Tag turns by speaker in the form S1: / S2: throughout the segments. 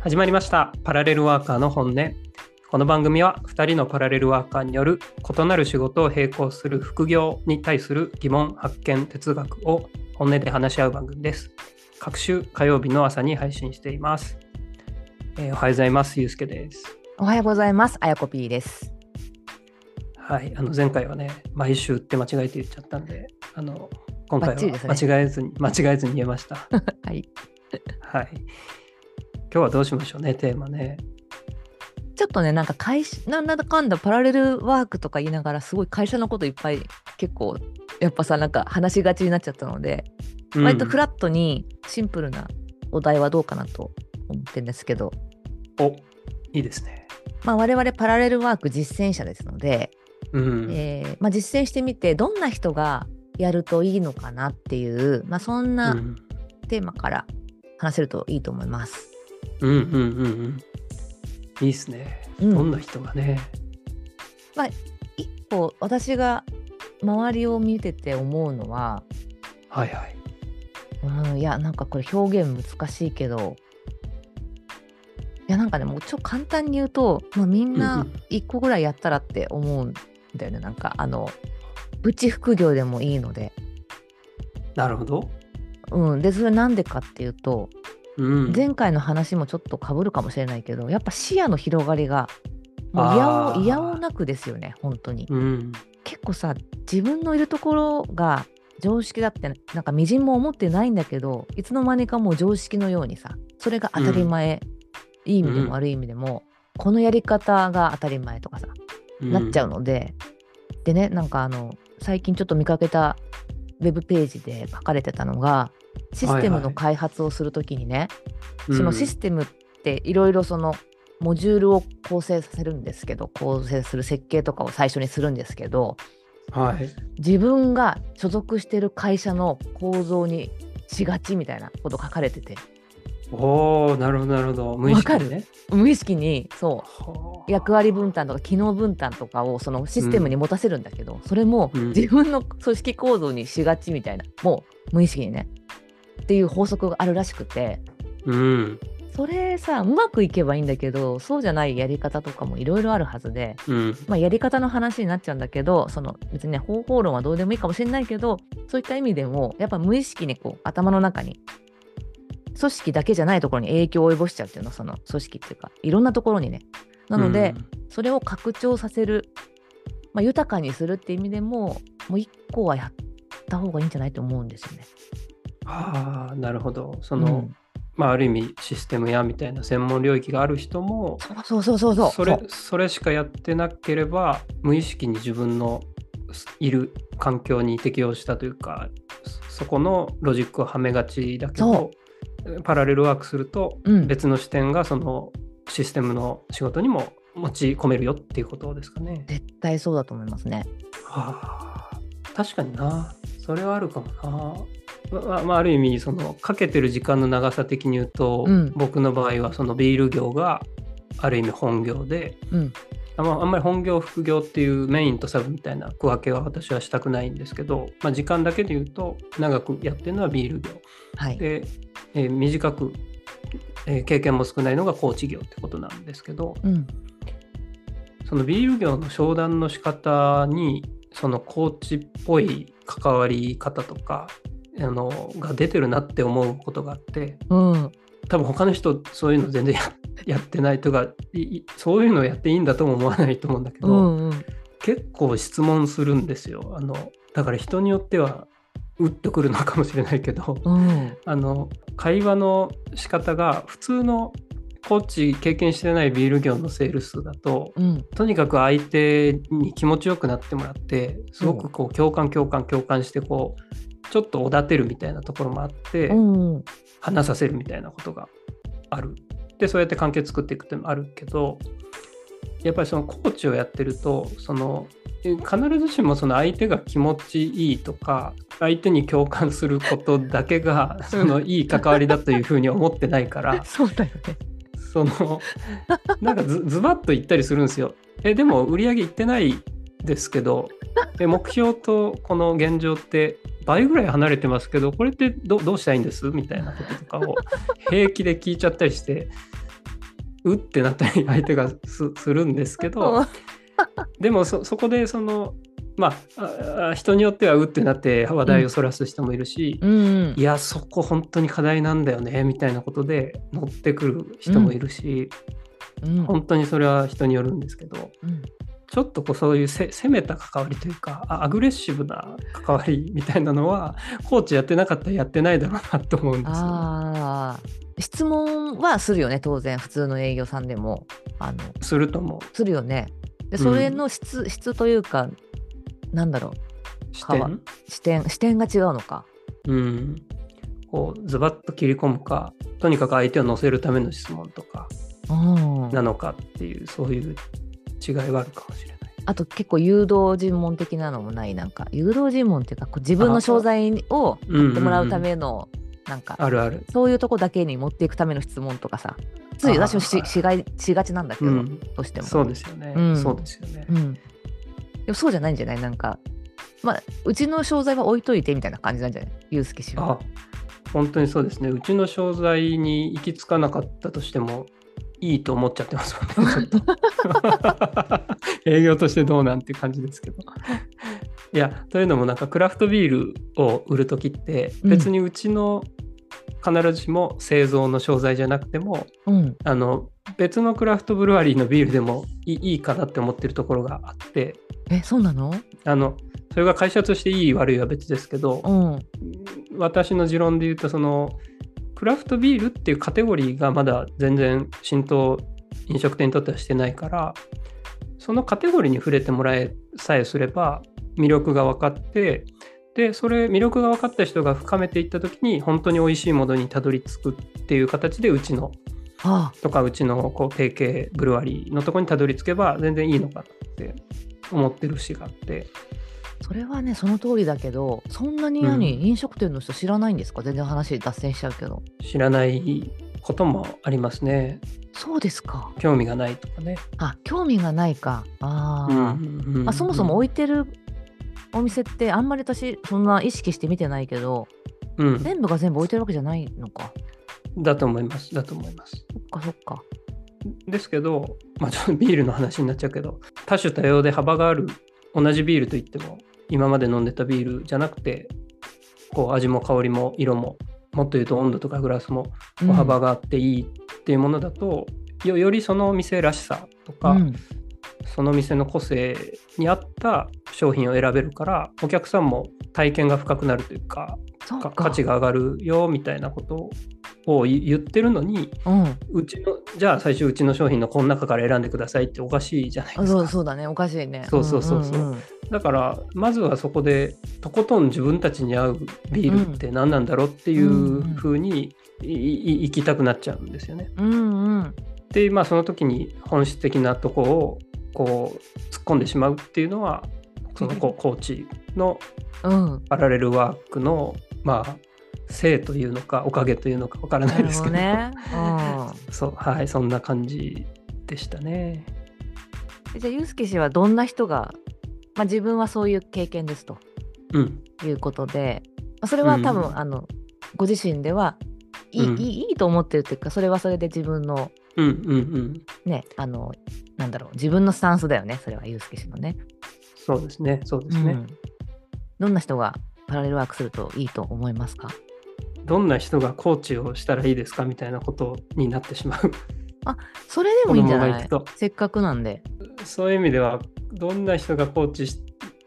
S1: 始まりましたパラレルワーカーの本音この番組は2人のパラレルワーカーによる異なる仕事を並行する副業に対する疑問発見哲学を本音で話し合う番組です各週火曜日の朝に配信しています、えーおはようございますゆうすけです
S2: おはようございます。あやこ P です。
S1: はいあの前回はね毎週って間違えて言っちゃったんであの今回
S2: バッチリです
S1: は
S2: ね
S1: 間違えずに、間違えずに言えました
S2: はい。
S1: はい今日はどうしましょうねテーマね
S2: ちょっとね、なんか会社、なんだかんだパラレルワークとか言いながら、すごい会社のこといっぱい結構、やっぱさ、なんか話しがちになっちゃったので、
S1: うん
S2: 割とフラットにシンプルなお題はどうかなと思ってるんですけど、
S1: おいいですね
S2: まあ、我々パラレルワーク実践者ですので、
S1: うん、
S2: えーまあ、実践してみて、どんな人がやるといいのかなっていう、まあ、そん
S1: う
S2: なんテーマから話せるといいと思います。
S1: うんうんうんうん。いいっすね。
S2: うん
S1: どんな人がね。
S2: 一歩私が周りを見てて思うのは、
S1: はいはい。
S2: うん、いやなんかこれ表現難しいけどいやなんかねもうちょ簡単に言うと、まあ、みん
S1: う
S2: なん
S1: うん
S2: 一個ぐらいやったらって思うんだよねなんかあのプチ副業でもいいので、
S1: なるほど。
S2: うん、でそれなんでかっていうと、
S1: うん。
S2: 前回の話もちょっとかぶるかもしれないけどやっぱ視野の広がりがもういや
S1: あ
S2: お
S1: ー
S2: いやおうなくですよね本当に。
S1: うん。
S2: 結構さ自分のいるところが常識だってなんかみじんも思ってないんだけどいつの間にかもう常識のようにさそれが当たり前、いい意味で
S1: うん
S2: も悪い意味でも、このやり方が当たり前とかさ、なっちゃうのででねなんかあの最近ちょっと見かけたウェブページで書かれてたのがシステムの開発をするときにね、
S1: うん。
S2: そのシステムっていろいろそのモジュールを構成させるんですけど構成する設計とかを最初にするんですけど、
S1: はい。
S2: 自分が所属してる会社の構造にしがちみたいなこと書かれてて
S1: おお、なるほどなるほど。無意識にね。
S2: 無意識にそ
S1: はあ
S2: う役割分担とか機能分担とかをそのシステムに持たせるんだけど、それも
S1: うん
S2: 自分の組織構造にしがちみたいなもう無意識にねっていう法則があるらしくて
S1: うん。
S2: それさうまくいけばいいんだけどそうじゃないやり方とかもいろいろあるはずで
S1: うん。
S2: まあ、やり方の話になっちゃうんだけどその別にね方法論はどうでもいいかもしれないけどそういった意味でもやっぱ無意識にこう頭の中に組織だけじゃないところに影響を及ぼしちゃうっていうのその組織っていうかいろんなところにねなので、それを拡張させる、まあ、豊かにするって意味でももう一個はやった方がいいんじゃないと思うんですよね。
S1: うん。はあ、なるほど。そ
S2: そ
S1: の、まあある意味システムやみたいな専門領域がある人も、
S2: そうそうそうそう
S1: それそれしかやってなければ無意識に自分のすいる環境に適応したというかそそこのロジックをはめがちだけど
S2: そ
S1: パラレルワークすると
S2: うん
S1: 別の視点がそのシステムの仕事にも持ち込めるよっていうことですかね。
S2: 絶対そうだと思いますね。
S1: はあ、確かになそれはあるかもな。まままあ、ある意味そのかけてる時間の長さ的に言うと、
S2: うん
S1: 僕の場合はそのビール業がある意味本業で、
S2: うん
S1: あんまあんまり本業副業っていうメインとサブみたいな区分けは私はしたくないんですけど、まあ、時間だけで言うと長くやってるのはビール業
S2: はい、
S1: で、えー短く、えー経験も少ないのがコーチ業ってことなんですけど
S2: うん
S1: そのビール業の商談の仕方にそのコーチっぽい関わり方とかあのが出てるなって思うことがあって
S2: うん
S1: 多分他の人そういうの全然ややってないとかいいそういうのやっていいんだとも思わないと思うんだけ
S2: う
S1: ど。
S2: んうん
S1: 結構質問するんですよあのだから人によっては打ってくるのかもしれないけど
S2: うん
S1: あの会話の仕方が普通のコーチ経験してないビール業のセールスだと
S2: うん
S1: とにかく相手に気持ちよくなってもらってすごくこう共感共感共感してこうちょっとおだてるみたいなところもあって
S2: うん
S1: 話させるみたいなことがあるでそうやって関係作っていくっていうのもあるけどやっぱりそのコーチをやってるとそのえ必ずしもその相手が気持ちいいとか相手に共感することだけがそのいい関わりだというふうに思ってないから
S2: そうだよね。
S1: そのなんかズズバッと言ったりするんですよ。えでも売り上げいってないですけどえ目標とこの現状って倍ぐらい離れてますけどこれってどどうしたらいいんですみたいなこととかを平気で聞いちゃったりしてうってなったり相手がすするんですけど
S2: そう
S1: でもそそこでそのまああ人によってはうってなって話題をそらす人もいるし、
S2: うん
S1: いやそこ本当に課題なんだよねみたいなことで乗ってくる人もいるし、
S2: うん
S1: 本当にそれは人によるんですけど
S2: うん
S1: ちょっとこうそういうせ攻めた関わりというかあアグレッシブな関わりみたいなのはコーチやってなかったらやってないだろうなと思うんですよね。
S2: あー質問はするよね当然普通の営業さんでもあの
S1: するとも
S2: するよねで
S1: うん
S2: それの質、質というかなんだろ
S1: 視
S2: か
S1: 点、
S2: う視点視点が違うのか
S1: うん、こうズバッと切り込むかとにかく相手を乗せるための質問とか
S2: うん
S1: なのかっていうそういう違いはあるかもしれない。
S2: あと結構誘導尋問的なのもないなんか誘導尋問っていうかこう自分の商材を買ってもらうためのなんか
S1: あるある。
S2: そういうとこだけに持っていくための質問とかさつい
S1: あー
S2: 私もししがいしがちなんだけ
S1: う
S2: ど、
S1: ん、
S2: どうしても
S1: そうですよね、
S2: うん
S1: そうですよね
S2: う。ん、でもそうじゃないんじゃないなんか、まあ、うちの商材は置いといてみたいな感じなんじゃないユうスケ氏は。
S1: あ本当にそうですね。うちの商材に行き着かなかったとしても、いいと思っちゃってますもんね、ちょっと。 営業としてどうなんていう感じですけど。いや、というのも、なんかクラフトビールを売るときって、
S2: うん
S1: 別にうちの必ずしも製造の商材じゃなくても、
S2: うん
S1: あの別のクラフトブルワリーのビールでもいいいいかなって思ってるところがあって、
S2: えそうなの、
S1: あのそれが会社としていい悪いは別ですけど、
S2: うん、
S1: 私の持論で言うとそのクラフトビールっていうカテゴリーがまだ全然浸透飲食店にとってはしてないからそのカテゴリーに触れてもらえさえすれば魅力が分かってでそれ魅力が分かった人が深めていった時に本当に美味しいものにたどり着くっていう形でうちの
S2: あ
S1: とかうちのこう提携ブルワリーのとこにたどり着けば全然いいのかなって思ってる節があって
S2: それはねその通りだけどそんなに何、
S1: うん
S2: 飲食店の人知らないんですか全然話脱線しちゃうけど
S1: 知らないこともありますね
S2: そうですか
S1: 興味がないとかね。
S2: あ興味がないかあ
S1: うん
S2: ー、
S1: うんうん
S2: あそもそも
S1: い、
S2: 置いてるお店ってあんまり私そんな意識して見てないけど
S1: うん、
S2: 全部が全部置いてるわけじゃないのか
S1: だと思いますだと思います
S2: そっかそっか
S1: ですけど、まあ、ちょっとビールの話になっちゃうけど多種多様で幅がある同じビールといっても今まで飲んでたビールじゃなくてこう味も香りも色ももっと言うと温度とかグラスも
S2: うん
S1: 幅があっていいっていうものだと、よよりそのお店らしさとか、
S2: うん
S1: その店の個性に合った商品を選べるからお客さんも体験が深くなるというか
S2: そう
S1: か
S2: か
S1: 価値が上がるよみたいなことを言ってるのに
S2: うん
S1: うちのじゃあ最初うちの商品のこの中から選んでくださいっておかしいじゃないで
S2: あ
S1: す
S2: そう
S1: か
S2: そうだねおかしいね
S1: そうそうそうそうん
S2: んん
S1: だからまずはそこでとことん自分たちに合うビールって何なんだろうってい
S2: ん
S1: う
S2: うんうん
S1: 風にいい行きたくなっちゃうんですよね。
S2: うんうん
S1: でまあその時に本質的なとこをこう突っ込んでしまうっていうのはそのこコーチの
S2: うん
S1: パラレルワークのまあ性というのかおかげというのかわから な
S2: ないる
S1: で
S2: ほ
S1: す
S2: ど
S1: けど
S2: ね。 う
S1: そうはいそんな感じでしたね。
S2: ん、じゃあユースケ氏はどんな人が、まあ、自分はそういう経験ですと
S1: うん、
S2: いうことで、まあ、それは多分、
S1: うん
S2: あのご自身ではいい,、
S1: うん
S2: いいいいと思ってるっていうかそれはそれで自分の
S1: うんうんうん
S2: ねあのなんだろう自分のスタンスだよねそれはユースケ氏のね。
S1: そうですねそうですね、
S2: うんどんな人がパラレルワークするといいと思いますか
S1: どんな人がコーチをしたらいいですかみたいなことになってしまう
S2: それでもいいんじゃ
S1: このま
S2: な
S1: ま
S2: い
S1: いくと
S2: せっかくなんで。
S1: そういう意味ではどんな人がコーチ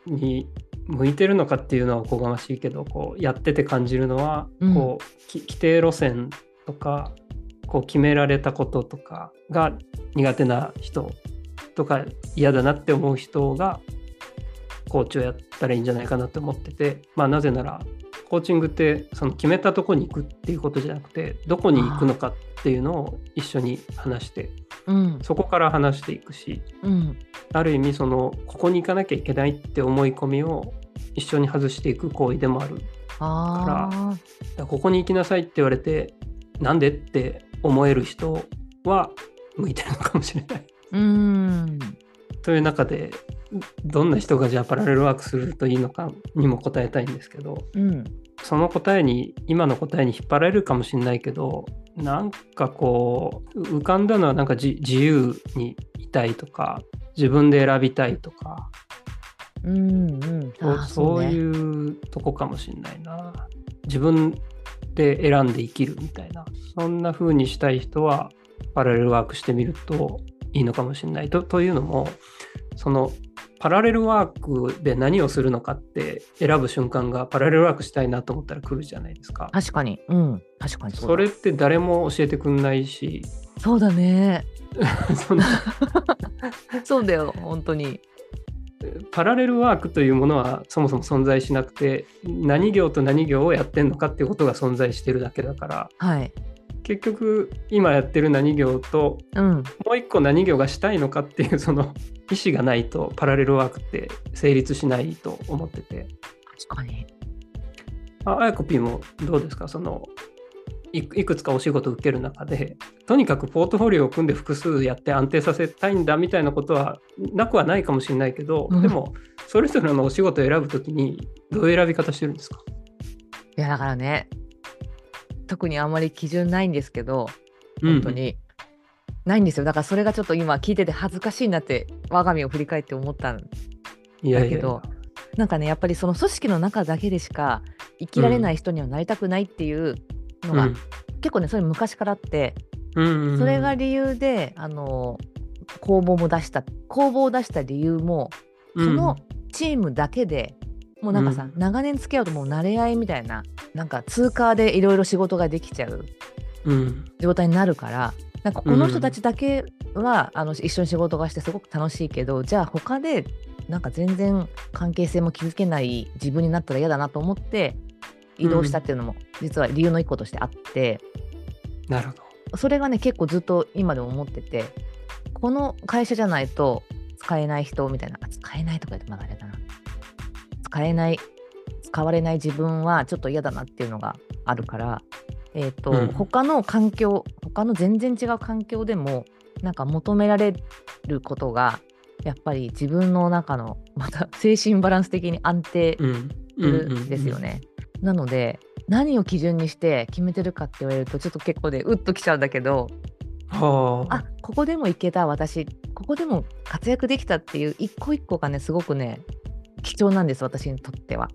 S1: に向いてるのかっていうのはおこがましいけどこうやってて感じるのは、
S2: うん
S1: こうき規定路線とかこう決められたこととかが苦手な人とか嫌だなって思う人がコーチをやったらいいんじゃないかなって思ってて、まあ、なぜならコーチングってその決めたとこに行くっていうことじゃなくてどこに行くのかっていうのを一緒に話して
S2: うん
S1: そこから話していくし
S2: うん
S1: ある意味そのここに行かなきゃいけないって思い込みを一緒に外していく行為でもあるだか
S2: あー
S1: らここに行きなさいって言われてなんでって思える人は向いてるのかもしれない。
S2: うん
S1: という中でどんな人がじゃあパラレルワークするといいのかにも答えたいんですけど
S2: うん
S1: その答えに今の答えに引っ張られるかもしれないけどなんかこう浮かんだのはなんかじ自由にいたいとか自分で選びたいとか
S2: うんうん
S1: そうそう
S2: うね
S1: いうとこかもしれないな自分で選んで生きるみたいなそんな風にしたい人はパラレルワークしてみるといいのかもしれないとというのもそのパラレルワークで何をするのかって選ぶ瞬間がパラレルワークしたいなと思ったら来るじゃないですか。
S2: 確かにうん確かにそうだ
S1: それって誰も教えてくんないし
S2: そうだね
S1: その
S2: そうだよ本当に
S1: パラレルワークというものはそもそも存在しなくて何行と何行をやってんのかっていうことが存在してるだけだから
S2: はい
S1: 結局今やってる何行と
S2: うん
S1: もう一個何行がしたいのかっていうその 意思がないとパラレルワークって成立しないと思ってて
S2: 確かに
S1: あやこ P もどうですかそのいいくつかお仕事を受ける中でとにかくポートフォリオを組んで複数やって安定させたいんだみたいなことはなくはないかもしれないけど、
S2: うん
S1: でもそれぞれのお仕事を選ぶときにどういう選び方してるんですか
S2: いやだからね特にあんまり基準ないんですけど本当、に、ないんですよだからそれがちょっと今聞いてて恥ずかしいなって我が身を振り返って思ったん
S1: うんいやい
S2: だけ
S1: やいや
S2: どなんかねやっぱりその組織の中だけでしか生きられない人にはなりたくないっていうのが、結構ねそれ昔からあって
S1: うん
S2: それが理由で、あの公募も出した公募を出した理由もその、チームだけで、もうなんかさ、
S1: う
S2: 長年付き合うともう慣れ合いみたいななんか通過でいろいろ仕事ができちゃう
S1: うんうん
S2: 状態になるからなんかこの人たちだけは、あの一緒に仕事がしてすごく楽しいけどじゃあ他でなんか全然関係性も築けない自分になったら嫌だなと思って移動したっていうのも、実は理由の一個としてあって
S1: なるほど
S2: それがね結構ずっと今でも思っててこの会社じゃないと使えない人みたいなあ使えないとか言ってまだあれだな使えない使われない自分はちょっと嫌だなっていうのがあるから、えーと
S1: うん
S2: 他の環境他の全然違う環境でもなんか求められることがやっぱり自分の中のまた精神バランス的に安定
S1: うん
S2: するんですよ、ね。なので何を基準にして決めてるかって言われるとちょっと結構ねうっときちゃうんだけど
S1: うんうんはあ
S2: あここでもいけた私ここでも活躍できたっていう一個一個がねすごくね貴重なんです私にとっては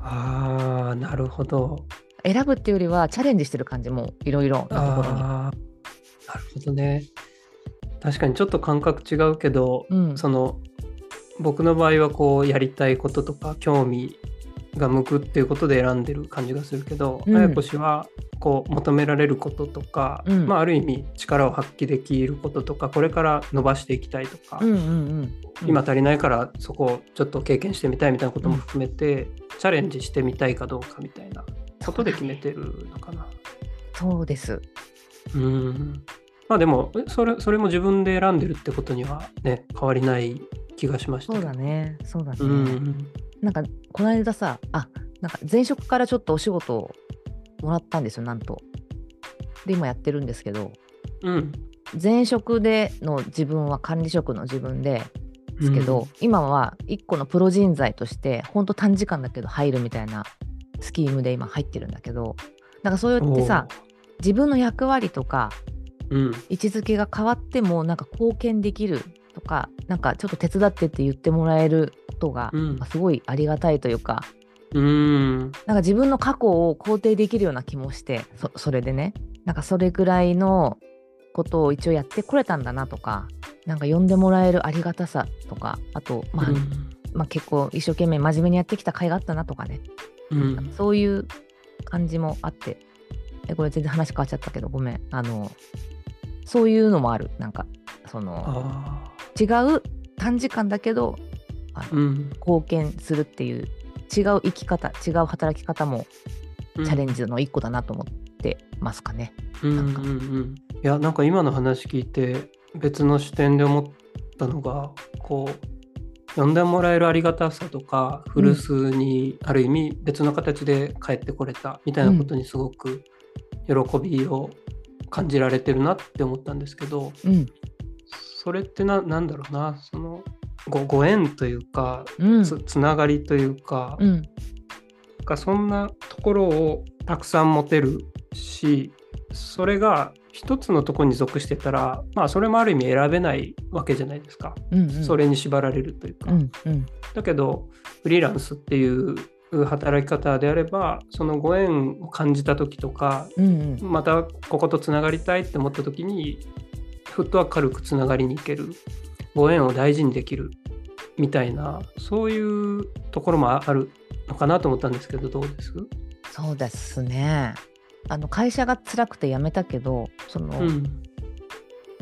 S1: あーなるほど
S2: 選ぶっていうよりはチャレンジしてる感じもいろいろなところに
S1: あーなるほどね確かにちょっと感覚違うけど、
S2: うん
S1: その僕の場合はこうやりたいこととか興味が向くっていうことで選んでる感じがするけど、
S2: うん
S1: あやこ氏はこう求められることとか、
S2: うん
S1: まあ、ある意味力を発揮できることとかこれから伸ばしていきたいとか、
S2: うんうんうんうん
S1: 今足りないからそこをちょっと経験してみたいみたいなことも含めて、チャレンジしてみたいかどうかみたいなことで決めてるのかな。
S2: そうです
S1: うんまあでもえそれそれも自分で選んでるってことにはね変わりない気がしました
S2: そ
S1: け
S2: う
S1: ど
S2: だねそうだね、
S1: うん
S2: なんかこの間さあなんか前職からちょっとお仕事をもらったんですよなんとで今やってるんですけど
S1: うん
S2: 前職での自分は管理職の自分でですけど、今は1個のプロ人材としてほんと短時間だけど入るみたいなスキームで今入ってるんだけどなんかそうやってさ自分の役割とか
S1: おーうん
S2: 位置づけが変わってもなんか貢献できるとかなんかちょっと手伝ってって言ってもらえることが、
S1: うん
S2: なんかすごいありがたいというか
S1: うん
S2: なんか自分の過去を肯定できるような気もしてそそれでねなんかそれぐらいのことを一応やってこれたんだなとかなんか呼んでもらえるありがたさとかあと、まあまあ、結構一生懸命真面目にやってきた甲斐があったなとかね
S1: うん
S2: そういう感じもあってえこれ全然話変わっちゃったけどごめんあのそういうのもあるなんかその
S1: あ
S2: 違う短時間だけどあ
S1: ーうん
S2: 貢献するっていう違う生き方違う働き方も
S1: うん
S2: チャレンジの一個だなと思ってますかね。
S1: うんうん
S2: なんか
S1: うんいやなんか今の話聞いて別の視点で思ったのがこう呼んでもらえるありがたさとか古巣にある意味別の形で帰ってこれたみたいなことにすごく喜びを感じられてるなって思ったんですけど
S2: うん、
S1: それってななんだろうなそのごご縁というか
S2: うん、
S1: つつながりというか、
S2: うん、
S1: かそんなところをたくさん持てるしそれが一つのところに属してたらまあそれもある意味選べないわけじゃないですか、
S2: うんうん
S1: それに縛られるというか、
S2: うんうん
S1: だけどフリーランスっていう働き方であればそのご縁を感じた時とか
S2: うんうん
S1: またこことつながりたいって思った時にフットワーク軽くつながりに行けるご縁を大事にできるみたいなそういうところもあるのかなと思ったんですけどどうです、
S2: そうですね。あの会社が辛くて辞めたけどその、
S1: うん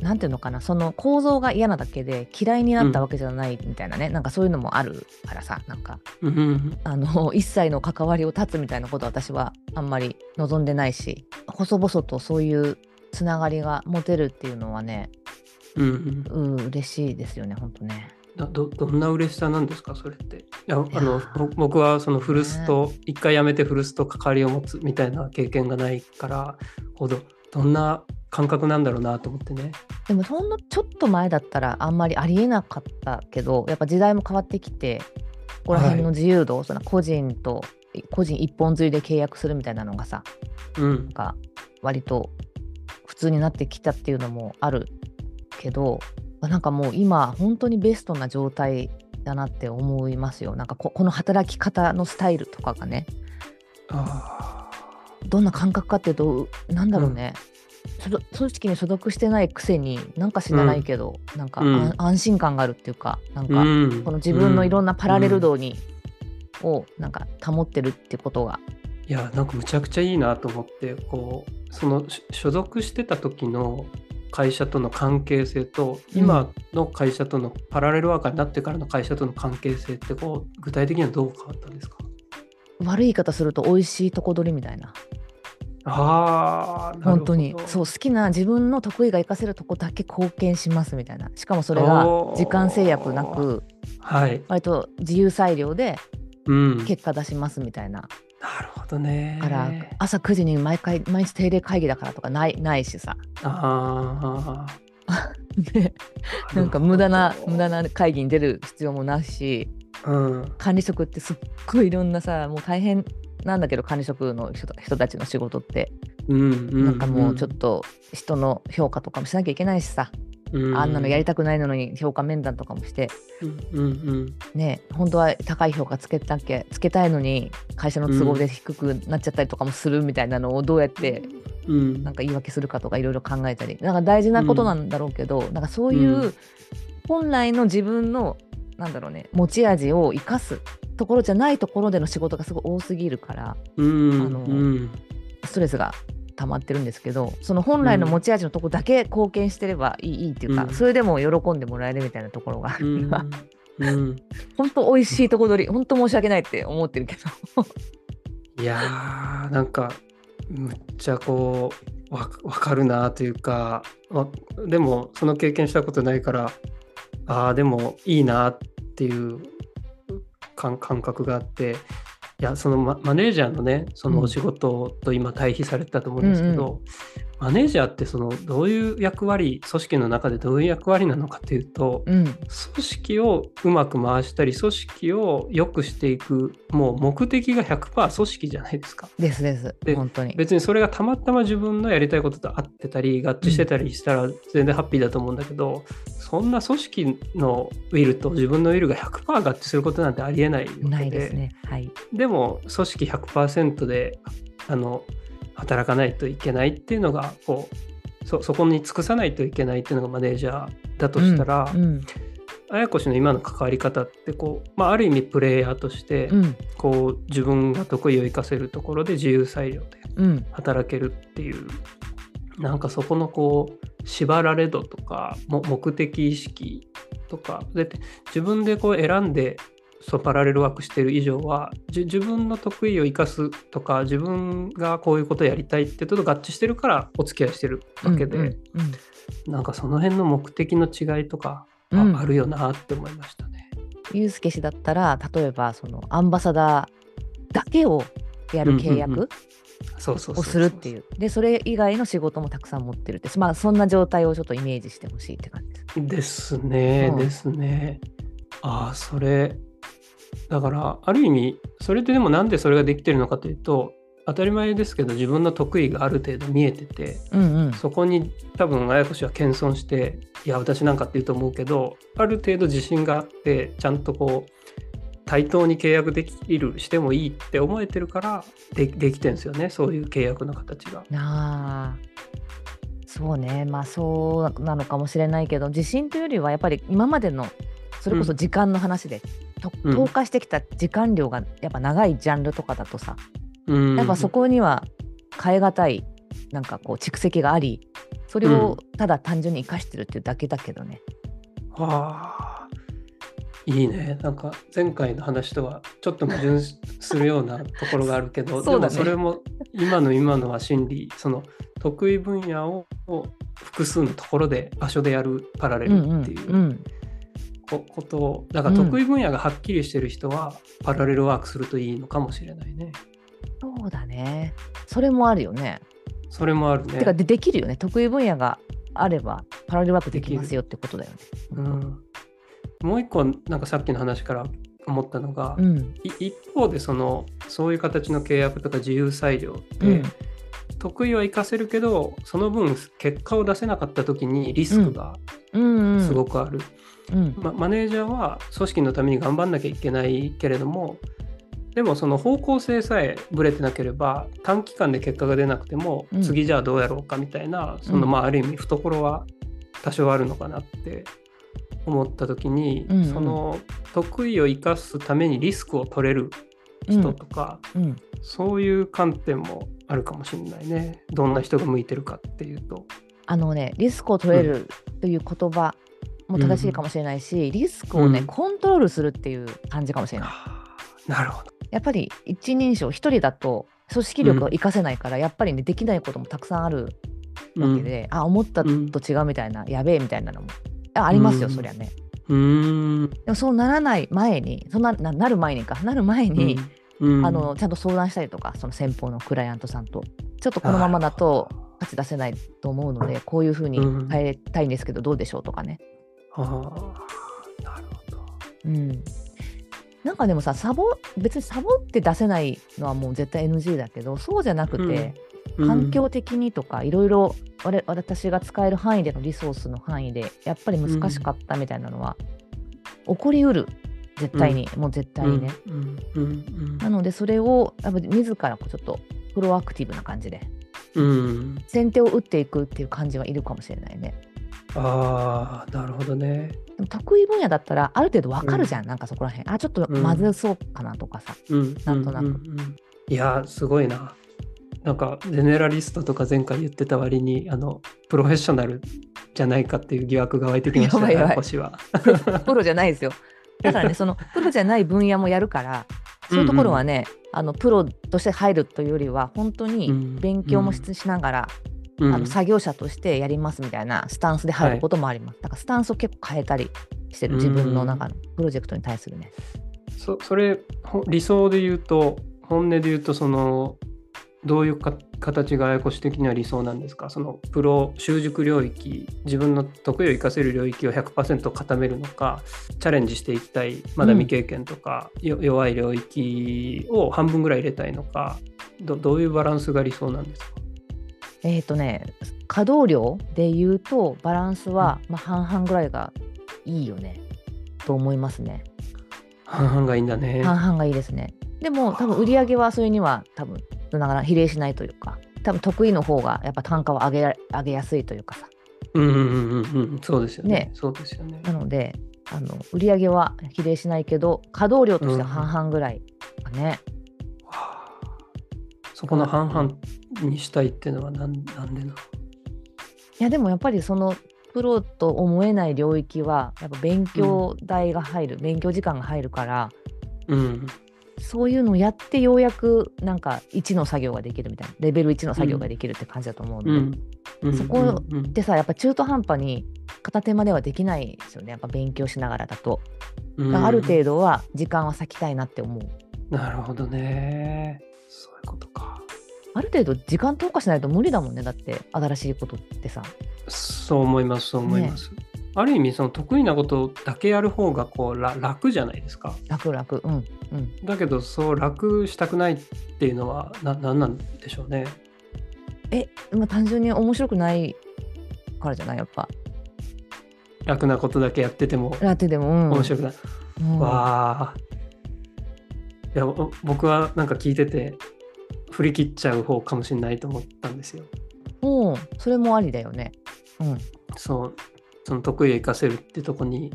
S2: なんていうのかなその構造が嫌なだけで嫌いになったわけじゃないみたいなね、なんかそういうのもあるからさなんか
S1: うんうん
S2: あの 一切の関わりを断つみたいなことは私はあんまり望んでないし細々とそういうつながりが持てるっていうのはね
S1: うんうん
S2: うん嬉しいですよね本当ね。
S1: どどどんな嬉しさなんですかそれっていやあのぼ僕はその古巣と一回辞めて古巣と関わりを持つみたいな経験がないからほどどんな感覚なんだろうなと思ってね
S2: でもほんのちょっと前だったらあんまりありえなかったけどやっぱ時代も変わってきてここら辺の自由度、その個人と個人一本釣りで契約するみたいなのがさ
S1: うん
S2: なんか割と普通になってきたっていうのもあるけどなんかもう今本当にベストな状態だなって思いますよなんかここの働き方のスタイルとかがね
S1: あ
S2: どんな感覚かっていうとうなんだろうね、所属組織に所属してないくせになんか知らないけど、なんか、
S1: うん
S2: 安安心感があるっていうかなん
S1: ー
S2: か、
S1: うん
S2: この自分のいろんなパラレル
S1: うん
S2: 度に、をなんか保ってるってことが、
S1: いやなんかむちゃくちゃいいなと思ってこうそのし所属してた時の会社との関係性と今の会社とのパラレルワーカーになってからの会社との関係性ってこう具体的にはどう変わったんですか
S2: 悪い言い方すると美味しいとこ取りみたいな
S1: ああ
S2: 本当にそう好きな自分の得意が活かせるとこだけ貢献しますみたいなしかもそれが
S1: おー
S2: 時間制約なく
S1: はい、
S2: 割と自由裁量で
S1: うん、なる
S2: 結果出しますみたいな、
S1: ほどね
S2: から朝9時に毎回毎日定例会議だからとかないないしさ
S1: あ
S2: で
S1: ー
S2: なんか無駄な無駄
S1: な
S2: な会議に出る必要もなし
S1: るほどうん
S2: 管理職ってすっごいいろんなさもう大変なんだけど管理職の人人たちの仕事って、
S1: うんうん
S2: なんかもうちょっと人の評価とかもしなきゃいけないしさ、
S1: うん
S2: あんなのやりたくないのに評価面談とかもして
S1: うんうん
S2: ね本当は高い評価つけたけつけたいのに会社の都合で低くなっちゃったりとかもするみたいなのをどうやって
S1: うんうん
S2: なんか言い訳するかとかいろいろ考えたりなんか大事なことなんだろうけど、なんかそういうう本来の自分のなんだろうね持ち味を生かすところじゃないところでの仕事がすごい多すぎるから
S1: うん
S2: あの
S1: うん
S2: ストレスが溜まってるんですけどその本来の持ち味のとこだけ貢献してればいい,、いいっていうか、
S1: うん
S2: それでも喜んでもらえるみたいなところがあ
S1: う
S2: る
S1: ん
S2: から、
S1: うん
S2: 本当美味しいとこ取り本当申し訳ないって思ってるけど。
S1: いやーなんかむっちゃこうわわかるなというかわでもその経験したことないからああでもいいなっていう感感覚があっていやそのママネージャーのねその
S2: うん
S1: お仕事と今対比されてたと思うんですけど、マネージャーってそのどういう役割組織の中でどういう役割なのか というと、
S2: うん、
S1: 組織をうまく回したり組織を良くしていくもう目的が100%組織じゃないですか
S2: ですです
S1: で
S2: 本当に
S1: 別にそれがたまたま自分のやりたいことと合ってたり合致してたりしたら全然ハッピーだと思うんだけど、そんな組織のウィルと自分のウィルが100%合致することなんてありえないわけで
S2: ないですねはい
S1: でも組織100%であの働かないといけないっていうのがこうそそこに尽くさないといけないっていうのがマネージャーだとしたら、
S2: うん
S1: 綾子氏の今の関わり方ってこう、まあ、ある意味プレイヤーとして、
S2: うん
S1: こう自分が得意を生かせるところで自由裁量で
S2: うん
S1: 働けるっていうなんかそこのこう縛られ度とかも目的意識とかだって自分でこう選んでそうパラレルワークしてる以上はじ自分の得意を生かすとか自分がこういうことをやりたいってとと合致してるからお付き合いしてるわけで、
S2: うんうん
S1: なんかその辺の目的の違いとか
S2: う
S1: あ,、
S2: ん
S1: あるよなって思いましたね。
S2: ゆうすけ氏だったら例えばそのアンバサダーだけをやる
S1: うん
S2: 契
S1: うんうん
S2: 約
S1: そうそうそう
S2: を
S1: そう
S2: するっていうでそれ以外の仕事もたくさん持ってるってまあそんな状態をちょっとイメージしてほしいって感じです
S1: ですね、
S2: うん
S1: ですね。ああ、それ、だからある意味それってでもなんでそれができてるのかというと当たり前ですけど自分の得意がある程度見えてて
S2: うんうん
S1: そこに多分あやこ氏は謙遜していや私なんかって言うと思うけどある程度自信があってちゃんとこう対等に契約できるしてもいいって思えてるからでできてるんですよねそういう契約の形が。
S2: なあそうねまあそうなのかもしれないけど自信というよりはやっぱり今までのそれこそ時間の話で、と
S1: うん
S2: 投下してきた時間量がやっぱ長いジャンルとかだとさ、
S1: うん
S2: やっぱそこには変え難いなんかこう蓄積がありそれをただ単純に生かしてるっていうだけだけどね。
S1: はあいいねなんか前回の話とはちょっと矛盾するようなところがあるけど
S2: そうだね
S1: でもそれも今の今のは心理その得意分野をを複数のところで場所でやるパラレ
S2: うんう
S1: ル
S2: ん
S1: っていううんこことをだから得意分野がはっきりしてる人はパラレルワークするといいのかもしれないね。
S2: そうだねそれもあるよね。
S1: それもあるね。
S2: てかでできるよね得意分野があればパラレルワークできますよってことだよね。
S1: うん、もう一個なんかさっきの話から思ったのが、
S2: うん
S1: い一方でそのそういう形の契約とか自由裁量って、
S2: うん
S1: 得意は活かせるけどその分結果を出せなかった時にリスクが
S2: うんうん
S1: すごくある、
S2: うん
S1: まマネージャーは組織のために頑張んなきゃいけないけれどもでもその方向性さえぶれてなければ短期間で結果が出なくても、
S2: うん
S1: 次じゃあどうやろうかみたいなその、
S2: うん
S1: まあある意味懐は多少あるのかなって思った時に、
S2: うんうん
S1: その得意を生かすためにリスクを取れる人とか、
S2: うん
S1: そういう観点もあるかもしれないね。どんな人が向いてるかっていうと。
S2: あのねリスクを取れるという言葉も正しいかもしれないし、リスクをね、
S1: うん
S2: コントロールするっていう感じかもしれない。
S1: あーなるほど。
S2: やっぱり一人称一人だと組織力を生かせないから、やっぱりねできないこともたくさんあるわけで、あ思ったと違うみたいな、やべえみたいなのもあありますよ、
S1: うん
S2: そりゃね。
S1: うん。うーん。
S2: でもそうならない前にそんなななる前にかなる前に、
S1: うん
S2: あのちゃんと相談したりとかその先方のクライアントさんとちょっとこのままだと価値出せないと思うのでこういうふうに
S1: うん
S2: 変えたいんですけどどうでしょうとかね。
S1: あーなるほど。
S2: うん、なんかでもさサボ別にサボって出せないのはもう絶対 NG だけどそうじゃなくて、
S1: うん
S2: 環境的にとかいろいろ我私が使える範囲でのリソースの範囲でやっぱり難しかったみたいなのは、起こりうる絶対に、もう絶対にね。。
S1: うんうん
S2: なのでそれをやっぱ自らこうちょっとプロアクティブな感じで
S1: うん。うん。
S2: 先手を打っていくっていう感じはいるかもしれないね。
S1: ああ、なるほどね。
S2: でも得意分野だったらある程度わかるじゃん、なんかそこら辺あちょっとまずそうかなとかさ、
S1: うん。
S2: なんとなく
S1: うんうんうんいやー、すごいな。なんかゼネラリストとか前回言ってた割にあのプロフェッショナルじゃないかっていう疑惑が湧いてきました
S2: やばいやばい
S1: 星は。
S2: プロじゃないですよ。だからね、そのプロじゃない分野もやるから、そういうところはね、あのプロとして入るというよりは、本当
S1: う
S2: に
S1: ん
S2: 勉強もししながら、
S1: うん
S2: あの作業者としてやりますみたいなスタンスで入ることもあります。だからスタンスを結構変えたりしてる、自分の中のプロジェクトに対するね。
S1: そそれほ理想で言うと本音で言うとそのどういうか形がややこし的には理想なんですかそのプロ習熟領域自分の得意を生かせる領域を100%固めるのかチャレンジしていきたいまだ未経験とか、よ弱い領域を半分ぐらい入れたいのかどどういうバランスが理想なんですか
S2: えっ、とね、稼働量で言うと、バランスは、まあ、半々ぐらいがいいよね、と思いますね。
S1: 半々がいいんだね。
S2: 半々がいいですね。でも多分売り上げはそれには多分ながら比例しないというか多分得意の方がやっぱ単価を上げら上げやすいというかさ
S1: うんうんうんうんそうですよね。
S2: ね
S1: そうですよね。
S2: なのであの売り上げは比例しないけど稼働量としては半々ぐらいかね、
S1: はあそこの半々にしたいっていうのはなんなんでなの
S2: いやでもやっぱりそのプロと思えない領域はやっぱ勉強代が入る、勉強時間が入るから
S1: うん
S2: そういうのをやってようやくなんか1の作業ができるみたいなレベル1の作業ができるって感じだと思うので、そこをでさやっぱ中途半端に片手間ではできないですよねやっぱ勉強しながらだと、だからある程度は時間は割きたいなって思う
S1: 度なるほどねそういうことか
S2: ある程度時間投下しないと無理だもんねだって新しいことってさ
S1: そう思いますそう思います、ある意味その得意なことだけやる方がこうら楽じゃないですか
S2: 楽楽うんうん
S1: だけどそう楽したくないっていうのはな何なんでしょうね
S2: えまあ単純に面白くないからじゃないやっぱ
S1: 楽なことだけやってても
S2: ラテでも、うん、
S1: 面白くない、
S2: うん
S1: わあいやお僕はなんか聞いてて振り切っちゃう方かもしれないと思ったんですよ
S2: うんそれもありだよねうん
S1: そうその得意を生かせるってとこに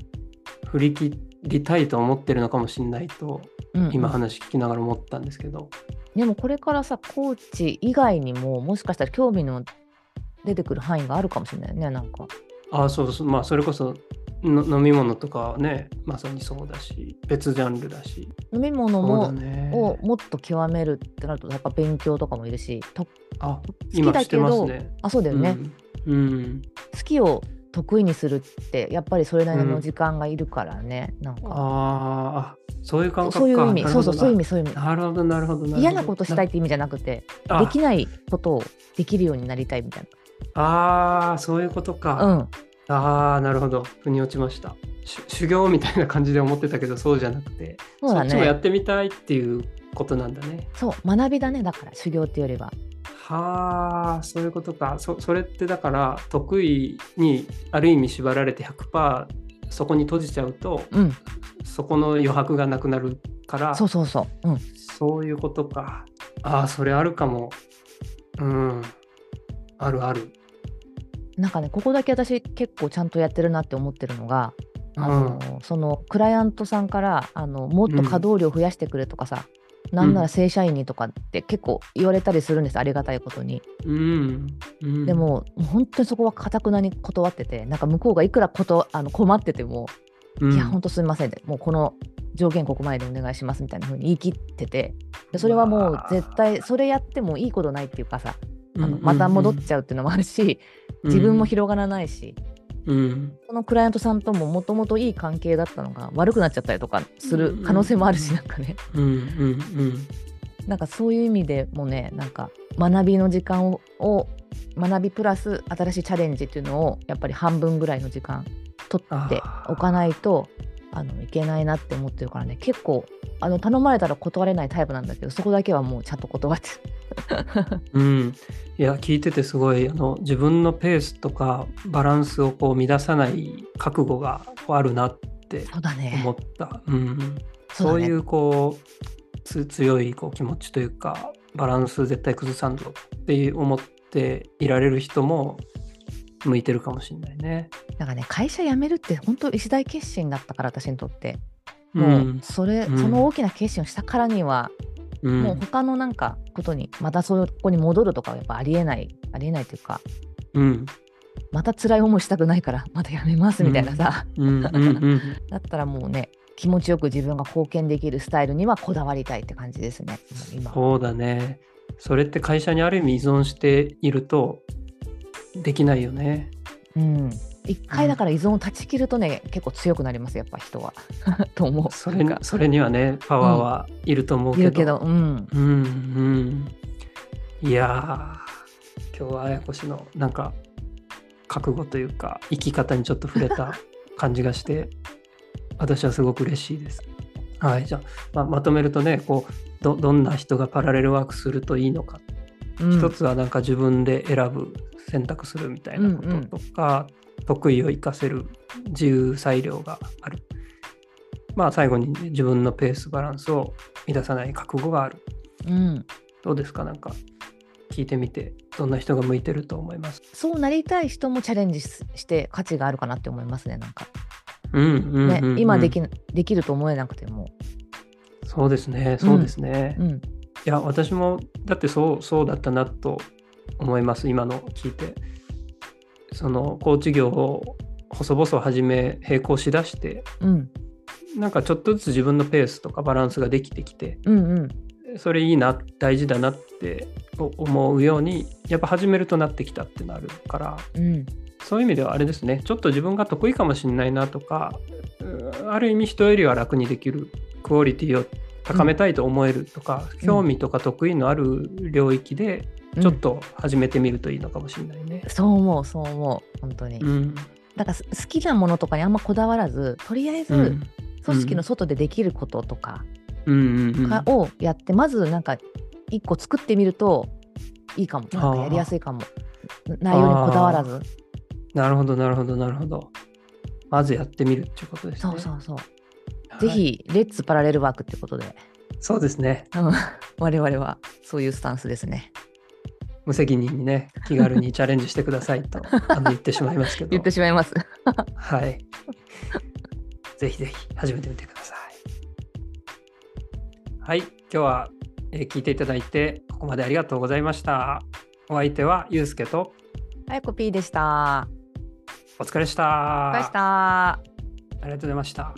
S1: 振り切りたいと思ってるのかもしれないと
S2: うん、
S1: 今
S2: うん
S1: 話聞きながら思ったんですけど、
S2: でもこれからさコーチ以外にももしかしたら興味の出てくる範囲があるかもしれないねなんか
S1: ああそうそうまあそれこその飲み物とかはねまさにそうだし別ジャンルだし
S2: 飲み物
S1: そう
S2: も、
S1: だね
S2: をもっと極めるってなるとやっぱ勉強とかもいるしと
S1: あ
S2: 好き
S1: 今
S2: だ
S1: して
S2: け
S1: ます
S2: ど、
S1: ね
S2: あそうだよね、
S1: うん、うん
S2: 好きを得意にするってやっぱりそれなりの時間がいるからね、なんか
S1: あーあそういう感覚か
S2: そういう意味
S1: なる
S2: そ
S1: ほ
S2: う
S1: ど
S2: そうそういう意味そういう意味
S1: なるほどなるほどるほど
S2: 嫌なことしたいって意味じゃなくて
S1: あ
S2: できないことをできるようになりたいみたい
S1: あーそういうことか、
S2: なうん
S1: ああなるほど腑に落ちましたし修行みたいな感じで思ってたけどそうじゃなくて
S2: そうだ
S1: っちもや
S2: ね
S1: ってみたいっていうことなんだね
S2: そう学びだねだから修行っていうよりは
S1: はあそういうことかそそれってだから得意にある意味縛られて100%そこに閉じちゃうと
S2: うん
S1: そこの余白がなくなるから
S2: そうそうそううん
S1: そういうことかああそれあるかもうんあるある
S2: なんかねここだけ私結構ちゃんとやってるなって思ってるのがあの、そのクライアントさんからあのもっと稼働量増やしてくれとかさ、なんなら正社員にとかって結構言われたりするんですありがたいことに。
S1: うん、うん、
S2: でももう本当にそこはかたくなに断っててなんか向こうがいくらことあの困ってても「
S1: うん、
S2: いや本当すみません」ってもうこの条件ここまででお願いしますみたいな風に言い切っててでそれはもう絶対それやってもいいことないっていうかさあのまた戻っちゃうっていうのもあるし自分も広がらないし
S1: うん
S2: そのクライアントさんとももともといい関係だったのが悪くなっちゃったりとかする可能性もあるし
S1: うん
S2: なんかね
S1: うんうんうん
S2: なんかそういう意味でもねなんか学びの時間をを学びプラス新しいチャレンジっていうのをやっぱり半分ぐらいの時間取っておかないとあのいけないなって思ってるからね結構あの頼まれたら断れないタイプなんだけどそこだけはもうちゃんと断って
S1: うん、いや聞いててすごいあの自分のペースとかバランスをこう乱さない覚悟がこうあるなって
S2: そうだね
S1: 思った、うん、
S2: そ
S1: そう
S2: だね
S1: いうこうつ強いこう気持ちというかバランス絶対崩さんぞって思っていられる人も向いてるかもしれないね。
S2: なんかね会社辞めるって本当一大決心だったから私にとって
S1: う
S2: もうんそれ、
S1: うん
S2: その大きな決心をしたからには、
S1: うん
S2: もう他のなんかことにまたそこに戻るとかはやっぱありえないありえないというか
S1: うん
S2: また辛い思いしたくないからまたやめますみたいなさ、
S1: うんうんうん
S2: だったらもうね気持ちよく自分が貢献できるスタイルにはこだわりたいって感じですね今
S1: そうだね。それって会社にある意味依存しているとできないよね。
S2: うん一回だから依存を断ち切るとね、結構強くなりますやっぱ人は と思う
S1: それに
S2: なんか
S1: それにはねパワーはいると思うけど。
S2: 言うけどうん
S1: うんうん。いやー今日はあやこしのなんか覚悟というか生き方にちょっと触れた感じがして 私はすごく嬉しいです。はいじゃあ、まあまとめるとねこうどどんな人がパラレルワークするといいのか
S2: うん
S1: 一つはなんか自分で選ぶ選択するみたいなこととか、得意を生かせる自由裁量があるまあ最後に、ね、自分のペースバランスを乱さない覚悟がある
S2: うん
S1: どうですかなんか聞いてみてどんな人が向いてると思います
S2: そうなりたい人もチャレンジしして価値があるかなって思いますねなんか
S1: うんうん
S2: ね、
S1: うんうん
S2: 今できできると思えなくても、
S1: そうですねそうですね、
S2: う
S1: い
S2: ん、
S1: や私もだってそうそうだったなと思います今の聞いてそのコーチ業を細々始め並行しだして
S2: うん、
S1: なんかちょっとずつ自分のペースとかバランスができてきて
S2: うん、うん、
S1: それいいな大事だなって思うようにやっぱ始めるとなってきたってなるから
S2: うん、
S1: そういう意味ではあれですねちょっと自分が得意かもしれないなとかうんある意味人よりは楽にできるクオリティを高めたいと思えるとか、
S2: ん
S1: 興味とか得意のある領域で
S2: うん
S1: ちょっと始めてみるといいのかもしれないね。
S2: そう思う、そう思う、本当に。
S1: うん
S2: だから好きなものとかにあんまこだわらずとりあえ
S1: う
S2: ず
S1: ん
S2: 組織の外でできることとか
S1: うんうんうん
S2: かをやって、まずなんか一個作ってみるといいかもなんかやりやすいかも内容にこだわらず
S1: なるほどなるほどなるほどまずやってみるっていうことですね
S2: そうそうそう、
S1: はい
S2: ぜひレッツパラレルワークってことで、
S1: そうですね
S2: うん我々はそういうスタンスですね
S1: 無責任にね気軽にチャレンジしてください とあの言ってしまいますけど
S2: 言ってしまいます
S1: はいぜひぜひ始めてみてくださいはい今日は、えー聞いていただいてここまでありがとうございましたお相手はゆうすけと
S2: はいコピーでした
S1: お疲れした
S2: お疲れした
S1: ありがとうございました